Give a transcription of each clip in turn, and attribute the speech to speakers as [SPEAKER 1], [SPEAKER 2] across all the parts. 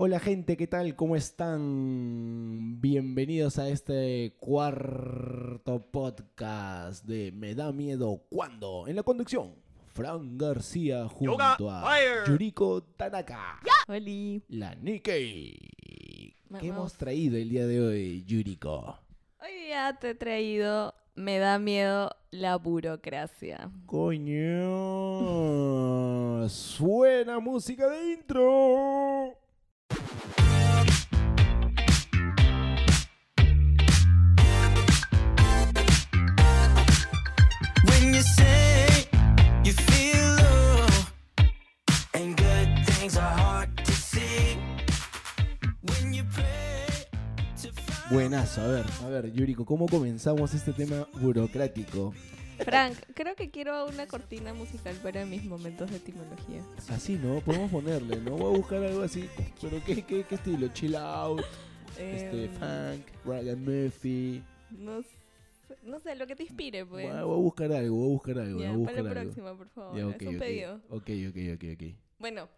[SPEAKER 1] Hola gente, ¿qué tal? ¿Cómo están? Bienvenidos a este cuarto podcast de Me da miedo cuando. En la conducción, Fran García junto
[SPEAKER 2] Yoga
[SPEAKER 1] a
[SPEAKER 2] Fire.
[SPEAKER 1] Yuriko Tanaka,
[SPEAKER 3] Oli.
[SPEAKER 1] la Nikkei.
[SPEAKER 3] Vamos.
[SPEAKER 1] ¿Qué hemos traído el día de hoy, Yuriko?
[SPEAKER 3] Hoy día te he traído Me da miedo la burocracia.
[SPEAKER 1] Coño, suena música de intro.
[SPEAKER 4] When you say you feel low, and good things are hard to see. When you pray to find
[SPEAKER 1] Buenazo, a ver, a ver, Yuriko, ¿cómo comenzamos este tema burocrático?
[SPEAKER 3] Frank, creo que quiero una cortina musical para mis momentos de etimología.
[SPEAKER 1] Así, ¿no? Podemos ponerle, ¿no? Voy a buscar algo así. Pero ¿qué, qué, qué estilo? Chill out, este,
[SPEAKER 3] Em,
[SPEAKER 1] funk, Ryan Murphy.
[SPEAKER 3] no, sé, no sé, lo que te inspire,
[SPEAKER 1] Voy
[SPEAKER 3] pues.
[SPEAKER 1] a, voy a buscar algo, voy a buscar algo,
[SPEAKER 3] Ya,
[SPEAKER 1] voy a
[SPEAKER 3] para
[SPEAKER 1] buscar
[SPEAKER 3] la
[SPEAKER 1] algo.
[SPEAKER 3] próxima, por favor.
[SPEAKER 1] Ya,
[SPEAKER 3] es un pedido.
[SPEAKER 1] ok, ok, ok, ok.
[SPEAKER 3] Bueno,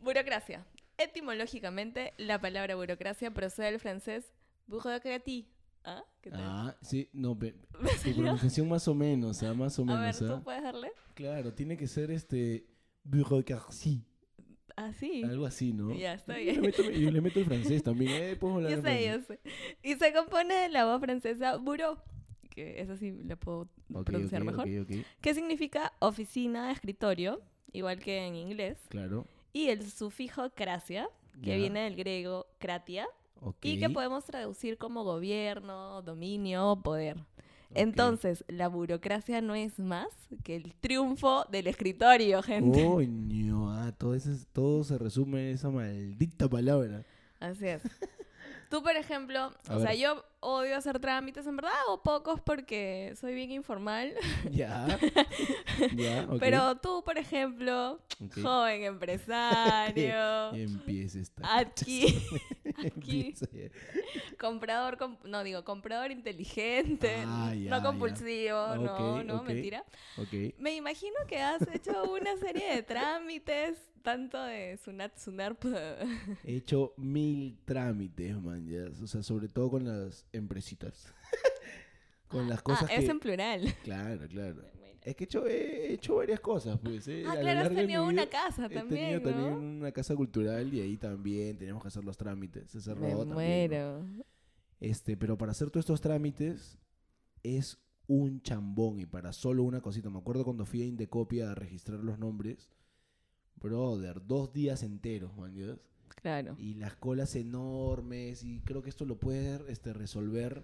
[SPEAKER 3] burocracia. Etimológicamente, la palabra burocracia procede del francés bureaucratie. ¿Ah? ¿Qué tal?
[SPEAKER 1] Ah, sí, no, pe-
[SPEAKER 3] ¿Me
[SPEAKER 1] mi
[SPEAKER 3] salió?
[SPEAKER 1] pronunciación más o menos, ah, más o
[SPEAKER 3] A ver,
[SPEAKER 1] menos,
[SPEAKER 3] ¿tú
[SPEAKER 1] ah.
[SPEAKER 3] puedes darle?
[SPEAKER 1] Claro, tiene que ser este, bureaucratie,
[SPEAKER 3] Así.
[SPEAKER 1] algo así, ¿no?
[SPEAKER 3] Ya, está
[SPEAKER 1] Yo le
[SPEAKER 3] bien.
[SPEAKER 1] meto, yo le meto el francés también, eh, puedo hablar
[SPEAKER 3] Yo
[SPEAKER 1] en
[SPEAKER 3] sé,
[SPEAKER 1] francés.
[SPEAKER 3] yo sé. Y se compone de la voz francesa bureau, que esa sí la puedo
[SPEAKER 1] Ok,
[SPEAKER 3] pronunciar
[SPEAKER 1] ok,
[SPEAKER 3] mejor,
[SPEAKER 1] ok, ok,
[SPEAKER 3] que significa oficina, escritorio, igual que en inglés.
[SPEAKER 1] claro.
[SPEAKER 3] Y el sufijo cracia, que
[SPEAKER 1] ya,
[SPEAKER 3] viene del griego kratia, y que
[SPEAKER 1] ok,
[SPEAKER 3] podemos traducir como gobierno, dominio o poder.
[SPEAKER 1] ok.
[SPEAKER 3] Entonces, la burocracia no es más que el triunfo del escritorio, gente.
[SPEAKER 1] Coño, ah, todo, ese- todo se resume en esa maldita palabra.
[SPEAKER 3] Así es. Tú, por ejemplo,
[SPEAKER 1] A
[SPEAKER 3] o sea,
[SPEAKER 1] ver.
[SPEAKER 3] yo odio hacer trámites, en verdad, o pocos porque soy bien informal.
[SPEAKER 1] Ya. ya, ok.
[SPEAKER 3] Pero tú, por ejemplo,
[SPEAKER 1] ok.
[SPEAKER 3] joven empresario,
[SPEAKER 1] Empieza esta.
[SPEAKER 3] aquí, aquí,
[SPEAKER 1] Empieza ya.
[SPEAKER 3] comprador, comp- no digo, comprador inteligente,
[SPEAKER 1] Ah, ya, ya.
[SPEAKER 3] no compulsivo, no,
[SPEAKER 1] Ok,
[SPEAKER 3] no,
[SPEAKER 1] ok.
[SPEAKER 3] mentira.
[SPEAKER 1] Ok.
[SPEAKER 3] Me imagino que has hecho una serie de trámites, tanto de Sunat Sunarp. ah,
[SPEAKER 1] He hecho mil trámites, man. ya, O sea, sobre todo con las empresitas. con las
[SPEAKER 3] Ah,
[SPEAKER 1] cosas
[SPEAKER 3] es
[SPEAKER 1] que.
[SPEAKER 3] en plural.
[SPEAKER 1] Claro, claro.
[SPEAKER 3] Mira.
[SPEAKER 1] Es que he hecho, he hecho varias cosas, pues. eh, a
[SPEAKER 3] Ah,
[SPEAKER 1] lo
[SPEAKER 3] claro, has
[SPEAKER 1] largo de mi
[SPEAKER 3] tenido una
[SPEAKER 1] vida-
[SPEAKER 3] casa
[SPEAKER 1] He
[SPEAKER 3] también,
[SPEAKER 1] tenido también
[SPEAKER 3] ¿no?
[SPEAKER 1] una casa cultural y ahí también teníamos que hacer los trámites. Se cerró
[SPEAKER 3] Me
[SPEAKER 1] también, ¿no?
[SPEAKER 3] muero.
[SPEAKER 1] Este, pero para hacer todos estos trámites es un chambón y para solo una cosita. Me acuerdo cuando fui a Indecopia a registrar los nombres. Brother, dos días enteros, man, ¿ya ves?
[SPEAKER 3] Claro.
[SPEAKER 1] Y las colas enormes y creo que esto lo puedes este, resolver,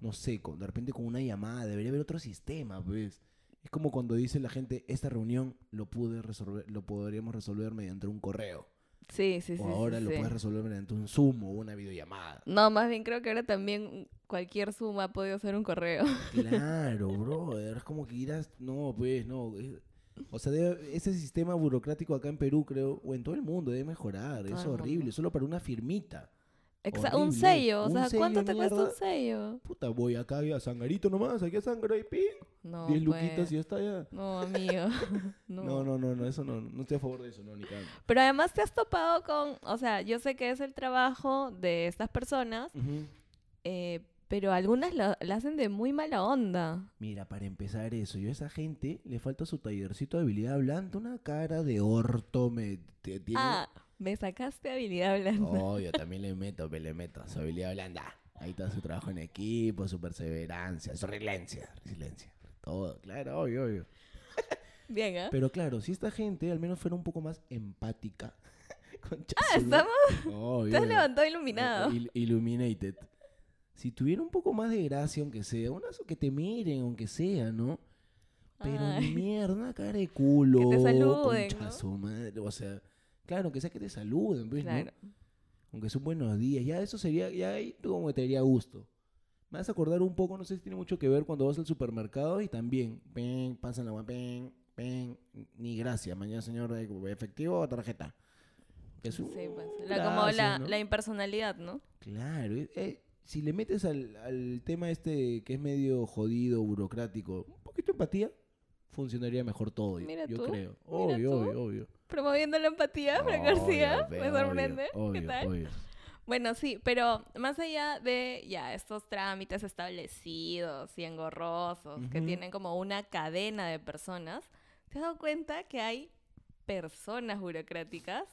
[SPEAKER 1] no sé, con, de repente con una llamada. Debería haber otro sistema, pues. Es como cuando dice la gente, esta reunión lo pude resolver, lo podríamos resolver mediante un correo.
[SPEAKER 3] Sí, sí, sí.
[SPEAKER 1] O
[SPEAKER 3] sí,
[SPEAKER 1] ahora lo
[SPEAKER 3] sí.
[SPEAKER 1] puedes resolver mediante un Zoom o una videollamada.
[SPEAKER 3] No, más bien creo que ahora también cualquier suma ha podido ser un correo.
[SPEAKER 1] Claro, brother. Es como que irás. No, pues, no. es- O sea, debe- ese sistema burocrático acá en Perú, creo, o en todo el mundo, debe mejorar.
[SPEAKER 3] Todo
[SPEAKER 1] es
[SPEAKER 3] el mundo.
[SPEAKER 1] horrible. Solo para una firmita.
[SPEAKER 3] Exa- un
[SPEAKER 1] Horrible.
[SPEAKER 3] sello, o
[SPEAKER 1] Un
[SPEAKER 3] sea,
[SPEAKER 1] sello,
[SPEAKER 3] ¿cuánto te cuesta un
[SPEAKER 1] mierda.
[SPEAKER 3] sello?
[SPEAKER 1] Puta, voy acá y a Sangarito nomás, aquí a Sangaro y pin.
[SPEAKER 3] No,
[SPEAKER 1] 10
[SPEAKER 3] pues.
[SPEAKER 1] luquitas y ya está ya.
[SPEAKER 3] No, amigo. no.
[SPEAKER 1] No. no, no, no, eso no. No estoy a favor de eso, no, ni cagando.
[SPEAKER 3] Pero además te has topado con, o sea, yo sé que es el trabajo de estas personas,
[SPEAKER 1] Ujú.
[SPEAKER 3] eh, pero algunas la, la hacen de muy mala onda.
[SPEAKER 1] Mira, para empezar eso, yo a esa gente le falta su tallercito de habilidad hablando, una cara de orto, me, te- tiene-
[SPEAKER 3] Ah, me sacaste habilidad hablando.
[SPEAKER 1] No, yo también le meto, me le meto. Su habilidad blanda. Ahí está su trabajo en equipo, su perseverancia, su resiliencia, resiliencia. Todo, claro, obvio, obvio.
[SPEAKER 3] Bien, ¿ah?
[SPEAKER 1] Pero claro, si esta gente al menos fuera un poco más empática. Concha
[SPEAKER 3] Ah,
[SPEAKER 1] su madre.
[SPEAKER 3] estamos,
[SPEAKER 1] Obvio,
[SPEAKER 3] te has
[SPEAKER 1] obvio.
[SPEAKER 3] levantado iluminado.
[SPEAKER 1] Il- illuminated. Si tuviera un poco más de gracia, aunque sea, una so- que te miren, aunque sea, ¿no? Pero
[SPEAKER 3] Ay.
[SPEAKER 1] mierda, cara de culo.
[SPEAKER 3] saluden,
[SPEAKER 1] concha
[SPEAKER 3] ¿no?
[SPEAKER 1] su madre. O sea, claro, que sea que te saluden, pues, ¿no?
[SPEAKER 3] Claro.
[SPEAKER 1] Aunque son buenos días, ya eso sería, ya ahí tú como que te daría gusto. Me vas a acordar un poco, no sé si tiene mucho que ver cuando vas al supermercado y también, pen, pasan la agua, pen, pen, ni gracias, mañana señor, eh, efectivo o tarjeta. Que es
[SPEAKER 3] Sí,
[SPEAKER 1] un
[SPEAKER 3] pues. La, como la,
[SPEAKER 1] gracias, ¿no?
[SPEAKER 3] la impersonalidad, ¿no?
[SPEAKER 1] Claro, eh, eh, si le metes al, al tema este que es medio jodido, burocrático, un poquito de empatía, funcionaría mejor todo, yo-
[SPEAKER 3] Mira
[SPEAKER 1] yo
[SPEAKER 3] tú,
[SPEAKER 1] creo.
[SPEAKER 3] mira
[SPEAKER 1] Obvio,
[SPEAKER 3] tú.
[SPEAKER 1] obvio, obvio.
[SPEAKER 3] promoviendo la empatía, Frank García.
[SPEAKER 1] Obvio,
[SPEAKER 3] Me
[SPEAKER 1] obvio,
[SPEAKER 3] sorprende. ¿Qué
[SPEAKER 1] obvio,
[SPEAKER 3] tal?
[SPEAKER 1] obvio.
[SPEAKER 3] Bueno, sí, pero más allá de ya estos trámites establecidos y engorrosos que
[SPEAKER 1] Ujú.
[SPEAKER 3] tienen como una cadena de personas, ¿te has dado cuenta que hay personas burocráticas?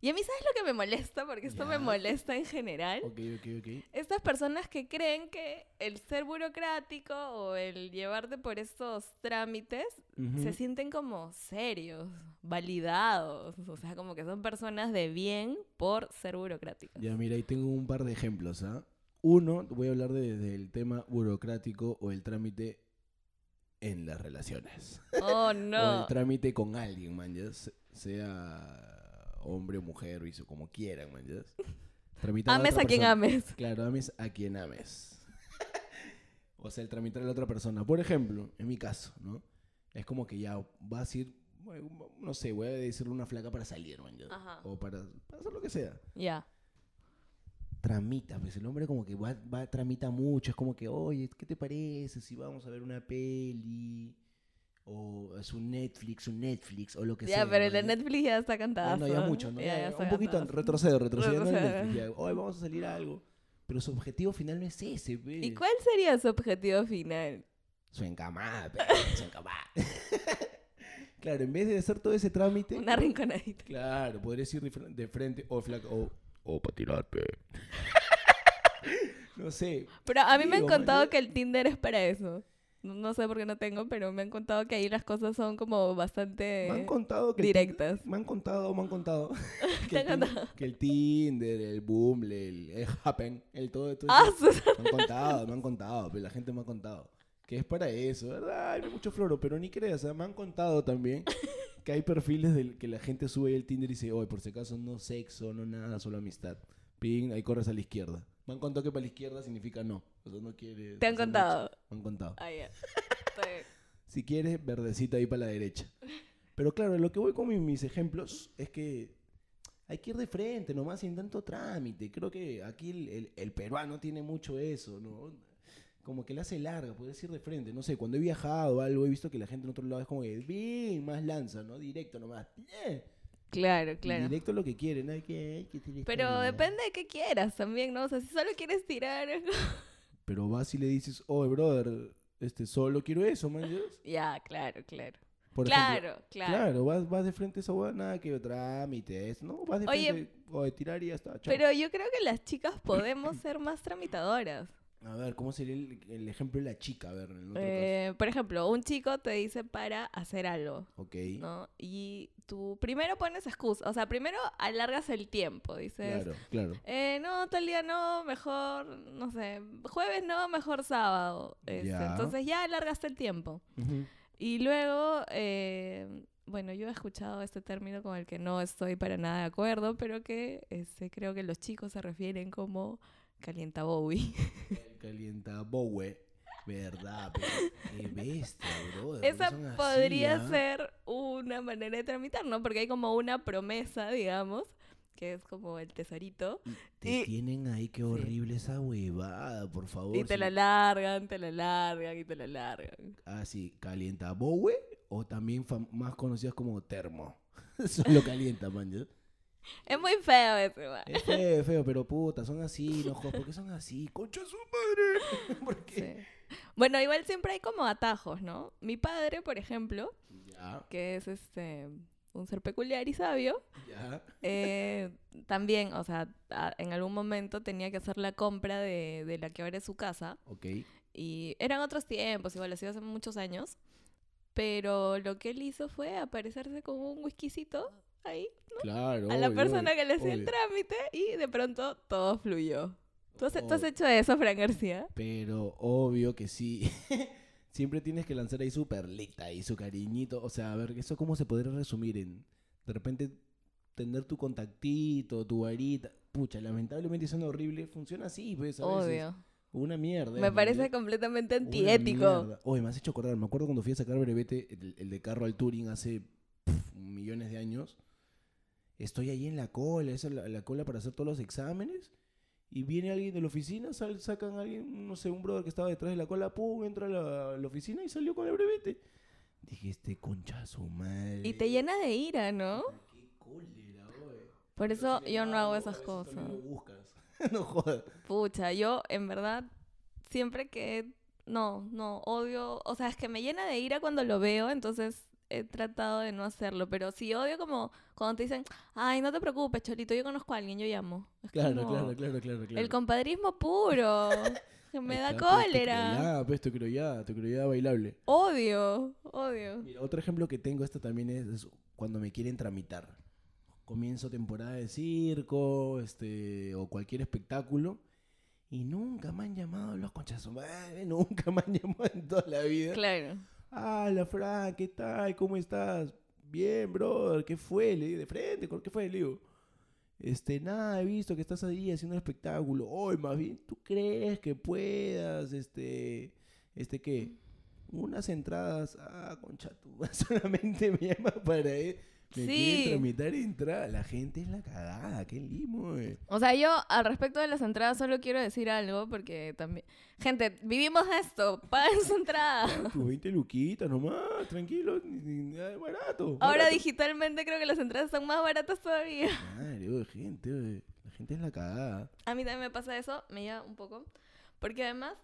[SPEAKER 3] Y a mí, ¿sabes lo que me molesta? Porque esto me
[SPEAKER 1] Ya.
[SPEAKER 3] molesta en general.
[SPEAKER 1] Ok, ok, ok.
[SPEAKER 3] Estas personas que creen que el ser burocrático o el llevarte por estos trámites se
[SPEAKER 1] Ujú.
[SPEAKER 3] sienten como serios, validados, o sea, como que son personas de bien por ser burocráticas.
[SPEAKER 1] Ya, mira, ahí tengo un par de ejemplos, ¿ah? Uno, voy a hablar de- del tema burocrático o el trámite en las relaciones.
[SPEAKER 3] Oh,
[SPEAKER 1] O
[SPEAKER 3] no.
[SPEAKER 1] el trámite con alguien, man, ya, se- sea hombre o mujer, o hizo como quieran, man, ya. Tramitar
[SPEAKER 3] Ames
[SPEAKER 1] otra
[SPEAKER 3] a quien
[SPEAKER 1] persona.
[SPEAKER 3] ames.
[SPEAKER 1] Claro, ames a quien ames. o sea, el tramitar a la otra persona. Por ejemplo, en mi caso, ¿no? Es como que ya vas a ir, bueno, no sé, voy a decirle una flaca para salir, man, ya.
[SPEAKER 3] Ajá.
[SPEAKER 1] O para, para hacer lo que sea.
[SPEAKER 3] Ya.
[SPEAKER 1] Tramita, pues el hombre como que va, va, tramita mucho, es como que, oye, ¿qué te parece si vamos a ver una peli? O es un Netflix, un Netflix, o lo que
[SPEAKER 3] Ya,
[SPEAKER 1] sea.
[SPEAKER 3] pero el de
[SPEAKER 1] ¿no?
[SPEAKER 3] Netflix ya está
[SPEAKER 1] Ya
[SPEAKER 3] cantado.
[SPEAKER 1] no, ya mucho, ¿no? Ya, un poquito retrocedo, retrocediendo al Netflix, ya, hoy vamos a salir a algo. Pero su objetivo final no es ese, pe.
[SPEAKER 3] ¿Y cuál sería su objetivo final?
[SPEAKER 1] Su encamada, pe, su encamada. claro, en vez de hacer todo ese trámite,
[SPEAKER 3] Una rinconadita.
[SPEAKER 1] claro, podrías ir de fr- de frente o flaco, o, o pa' tirar, pe. no sé,
[SPEAKER 3] Pero a mí me han
[SPEAKER 1] Digo, man,
[SPEAKER 3] contado
[SPEAKER 1] yo-
[SPEAKER 3] que el Tinder es para eso. No, no sé por qué no tengo, pero me han contado que ahí las cosas son como bastante...
[SPEAKER 1] Me han contado que. el
[SPEAKER 3] directas.
[SPEAKER 1] Tinder- Me han contado, me han contado. que,
[SPEAKER 3] Te
[SPEAKER 1] el
[SPEAKER 3] han
[SPEAKER 1] Tin- que el Tinder, el Boom, el, el Happen, el todo. todo
[SPEAKER 3] Ah,
[SPEAKER 1] eso.
[SPEAKER 3] sus-
[SPEAKER 1] Me han contado, me han contado, pero la gente me ha contado. Que es para eso, ¿verdad? Hay mucho floro, pero ni creas, ¿ah? me han contado también que hay perfiles del que la gente sube ahí el Tinder y dice, oye, por si acaso no sexo, no nada, solo amistad. Ping, ahí corres a la izquierda. Me han contado que para la izquierda significa no. O sea, no quieres.
[SPEAKER 3] Te han
[SPEAKER 1] hacer
[SPEAKER 3] contado.
[SPEAKER 1] match. Me han contado.
[SPEAKER 3] Ah, ya. Está bien.
[SPEAKER 1] Si quieres, verdecita ahí para la derecha. Pero claro, lo que voy con mi- mis ejemplos es que hay que ir de frente nomás sin tanto trámite. Creo que aquí el, el- el peruano tiene mucho eso, ¿no? Como que la hace larga, puedes ir de frente. No sé, cuando he viajado o algo, he visto que la gente en otro lado es como que bien, más lanza, ¿no? Directo nomás. Eh,
[SPEAKER 3] Claro,
[SPEAKER 1] y
[SPEAKER 3] claro.
[SPEAKER 1] Directo lo que quieren, hay que, hay que tirar
[SPEAKER 3] Pero
[SPEAKER 1] esta-
[SPEAKER 3] depende de qué quieras también, ¿no? O sea, si solo quieres tirar...
[SPEAKER 1] Pero vas y le dices, oye, brother, este, solo quiero eso, man. ¿sabes?
[SPEAKER 3] ya, claro, claro.
[SPEAKER 1] Por ejemplo,
[SPEAKER 3] Claro, claro.
[SPEAKER 1] Claro, vas, vas de frente a esa hueá, nada que trámites, ¿no? Vas de
[SPEAKER 3] Oye,
[SPEAKER 1] frente o de tirar y ya está. chao.
[SPEAKER 3] Pero yo creo que las chicas podemos ser más tramitadoras.
[SPEAKER 1] A ver, ¿cómo sería el, el ejemplo de la chica? A ver, en el otro
[SPEAKER 3] Eh, por ejemplo, un chico te dice para hacer algo,
[SPEAKER 1] caso. Ok,
[SPEAKER 3] ¿no? Y tú primero pones excusa, o sea, primero alargas el tiempo, dices,
[SPEAKER 1] claro, claro.
[SPEAKER 3] eh, no, tal día no, mejor, no sé, jueves no, mejor sábado. este,
[SPEAKER 1] Ya.
[SPEAKER 3] Entonces ya alargaste el tiempo.
[SPEAKER 1] Ujú.
[SPEAKER 3] Y luego, eh, bueno, yo he escuchado este término con el que no estoy para nada de acuerdo, pero que este, creo que los chicos se refieren como calienta Bowie.
[SPEAKER 1] El calienta Bowie, ¿verdad? pe? Qué bestia, bro.
[SPEAKER 3] Esa podría
[SPEAKER 1] ¿ah?
[SPEAKER 3] ser una manera de tramitar, ¿no? Porque hay como una promesa, digamos, que es como el tesorito.
[SPEAKER 1] Te
[SPEAKER 3] y-
[SPEAKER 1] tienen ahí, qué horrible esa huevada, por favor.
[SPEAKER 3] Y te
[SPEAKER 1] si-
[SPEAKER 3] la largan, te la largan y te la largan.
[SPEAKER 1] Ah, sí, calienta Bowie o también fam- más conocidas como termo. Solo calienta, man. ¿ya?
[SPEAKER 3] Es muy feo ese, man.
[SPEAKER 1] Es feo, es feo, pero puta, son así, no jodas, ¿por qué son así? ¡Concha de su madre! ¿Por qué?
[SPEAKER 3] Sí. Bueno, igual siempre hay como atajos, ¿no? Mi padre, por ejemplo,
[SPEAKER 1] Ya,
[SPEAKER 3] que es este un ser peculiar y sabio,
[SPEAKER 1] ya.
[SPEAKER 3] eh, también, o sea, a- en algún momento tenía que hacer la compra de, de la que ahora es su casa.
[SPEAKER 1] Ok.
[SPEAKER 3] Y eran otros tiempos, igual ha sido hace muchos años. Pero lo que él hizo fue aparecerse con un whiskycito ahí
[SPEAKER 1] Claro.
[SPEAKER 3] a la
[SPEAKER 1] obvio,
[SPEAKER 3] persona
[SPEAKER 1] obvio,
[SPEAKER 3] que le hacía el
[SPEAKER 1] obvio.
[SPEAKER 3] trámite y de pronto todo fluyó. ¿Tú has, tú has
[SPEAKER 1] Obvio.
[SPEAKER 3] hecho eso, Fran García?
[SPEAKER 1] Pero obvio que sí. Siempre tienes que lanzar ahí su perlita y su cariñito. O sea, a ver, ¿eso cómo se podría resumir en de repente tener tu contactito, tu varita? Pucha, lamentablemente suena horrible. Funciona así, pues, a veces.
[SPEAKER 3] Obvio.
[SPEAKER 1] Una mierda.
[SPEAKER 3] Me
[SPEAKER 1] ¿no?
[SPEAKER 3] parece completamente
[SPEAKER 1] Una
[SPEAKER 3] antiético.
[SPEAKER 1] mierda. Oye, me has hecho acordar. Me acuerdo cuando fui a sacar brevete, el, el de carro al Turing hace pf, millones de años. Estoy ahí en la cola, esa es la, la cola para hacer todos los exámenes. Y viene alguien de la oficina, sal- sacan a alguien, no sé, un brother que estaba detrás de la cola, pum, entra a la, la oficina y salió con el brevete. Dije, este concha su madre.
[SPEAKER 3] Y te llena de ira, ¿no?
[SPEAKER 1] ¿Qué cólera, oye.
[SPEAKER 3] Por eso
[SPEAKER 1] Así que
[SPEAKER 3] yo no
[SPEAKER 1] nada,
[SPEAKER 3] hago
[SPEAKER 1] a
[SPEAKER 3] esas
[SPEAKER 1] veces también
[SPEAKER 3] cosas.
[SPEAKER 1] lo buscas. no jodas.
[SPEAKER 3] Pucha, yo en verdad siempre que... No, no, odio... O sea, es que me llena de ira cuando lo veo, entonces he tratado de no hacerlo. Pero sí odio como cuando te dicen, ay, no te preocupes, Cholito, yo conozco a alguien, yo llamo. Es
[SPEAKER 1] Claro,
[SPEAKER 3] como
[SPEAKER 1] claro, claro, claro, claro.
[SPEAKER 3] El compadrismo puro. que me
[SPEAKER 1] Ahí
[SPEAKER 3] da
[SPEAKER 1] está, pues, tu
[SPEAKER 3] cólera.
[SPEAKER 1] criollada, pues tu criollada, tu criollada bailable.
[SPEAKER 3] Odio, odio.
[SPEAKER 1] Mira, otro ejemplo que tengo esta también es, es cuando me quieren tramitar. Comienzo temporada de circo, este, o cualquier espectáculo. Y nunca me han llamado los conchazos. Nunca me han llamado en toda la vida.
[SPEAKER 3] Claro.
[SPEAKER 1] Ah, la Fran, ¿qué tal? ¿Cómo estás? Bien, brother, ¿qué fue? Le digo, de frente, ¿con- ¿qué fue? Le digo, este, nada, he visto que estás ahí haciendo un espectáculo. Hoy, más bien, ¿tú crees que puedas, este, este, qué? Unas entradas, ah, concha tu, solamente me llama para, eh, me
[SPEAKER 3] Sí.
[SPEAKER 1] quieren tramitar entrada. La gente es la cagada, qué limo, eh.
[SPEAKER 3] O sea, yo al respecto de las entradas solo quiero decir algo porque también... Gente, vivimos de esto, paguen su entrada.
[SPEAKER 1] Tus 20 luquitas nomás, tranquilo, ni- ni- nada de barato.
[SPEAKER 3] Ahora
[SPEAKER 1] barato.
[SPEAKER 3] digitalmente creo que las entradas son más baratas todavía.
[SPEAKER 1] Madre, oye, gente, oye, la gente es la cagada.
[SPEAKER 3] A mí también me pasa eso, me lleva un poco. Porque además,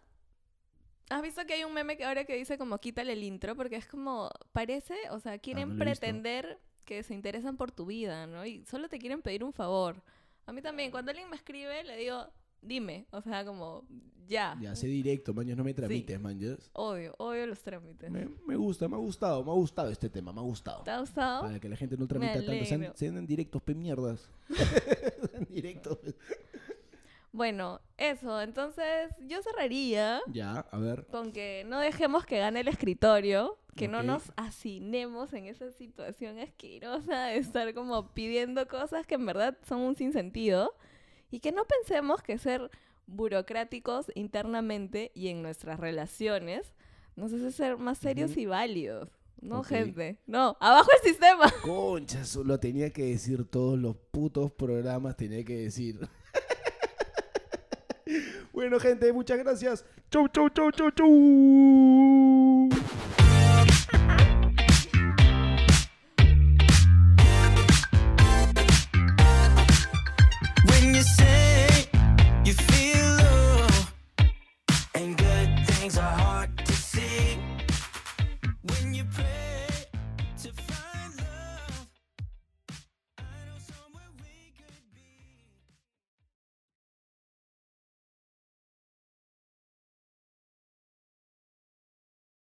[SPEAKER 3] ¿has visto que hay un meme que ahora que dice como quítale el intro? Porque es como, parece, o sea, quieren
[SPEAKER 1] Ah, no lo he visto.
[SPEAKER 3] pretender que se interesan por tu vida, ¿no? Y solo te quieren pedir un favor. A mí también, cuando alguien me escribe, le digo, dime, o sea, como, ya.
[SPEAKER 1] Ya sé directo, man, ya no me tramites, man. ya.
[SPEAKER 3] Odio, odio los trámites.
[SPEAKER 1] Me, me gusta, me ha gustado, me ha gustado este tema, me ha gustado.
[SPEAKER 3] ¿Te ha gustado?
[SPEAKER 1] Para que la gente no tramite tanto. Se
[SPEAKER 3] alegro.
[SPEAKER 1] dan- Se dan directos, pe mierdas. Se dan directos. pe.
[SPEAKER 3] Bueno, eso, entonces yo cerraría
[SPEAKER 1] Ya, a ver.
[SPEAKER 3] con que no dejemos que gane el escritorio, que no
[SPEAKER 1] Ok.
[SPEAKER 3] nos hacinemos en esa situación asquerosa de estar como pidiendo cosas que en verdad son un sinsentido y que no pensemos que ser burocráticos internamente y en nuestras relaciones nos hace ser más serios
[SPEAKER 1] Ujú.
[SPEAKER 3] y válidos. No,
[SPEAKER 1] Ok.
[SPEAKER 3] gente, no, abajo el sistema.
[SPEAKER 1] Concha, eso lo tenía que decir todos los putos programas, tenía que decir. bueno, gente, muchas gracias. Chau, chau, chau, chau, chau.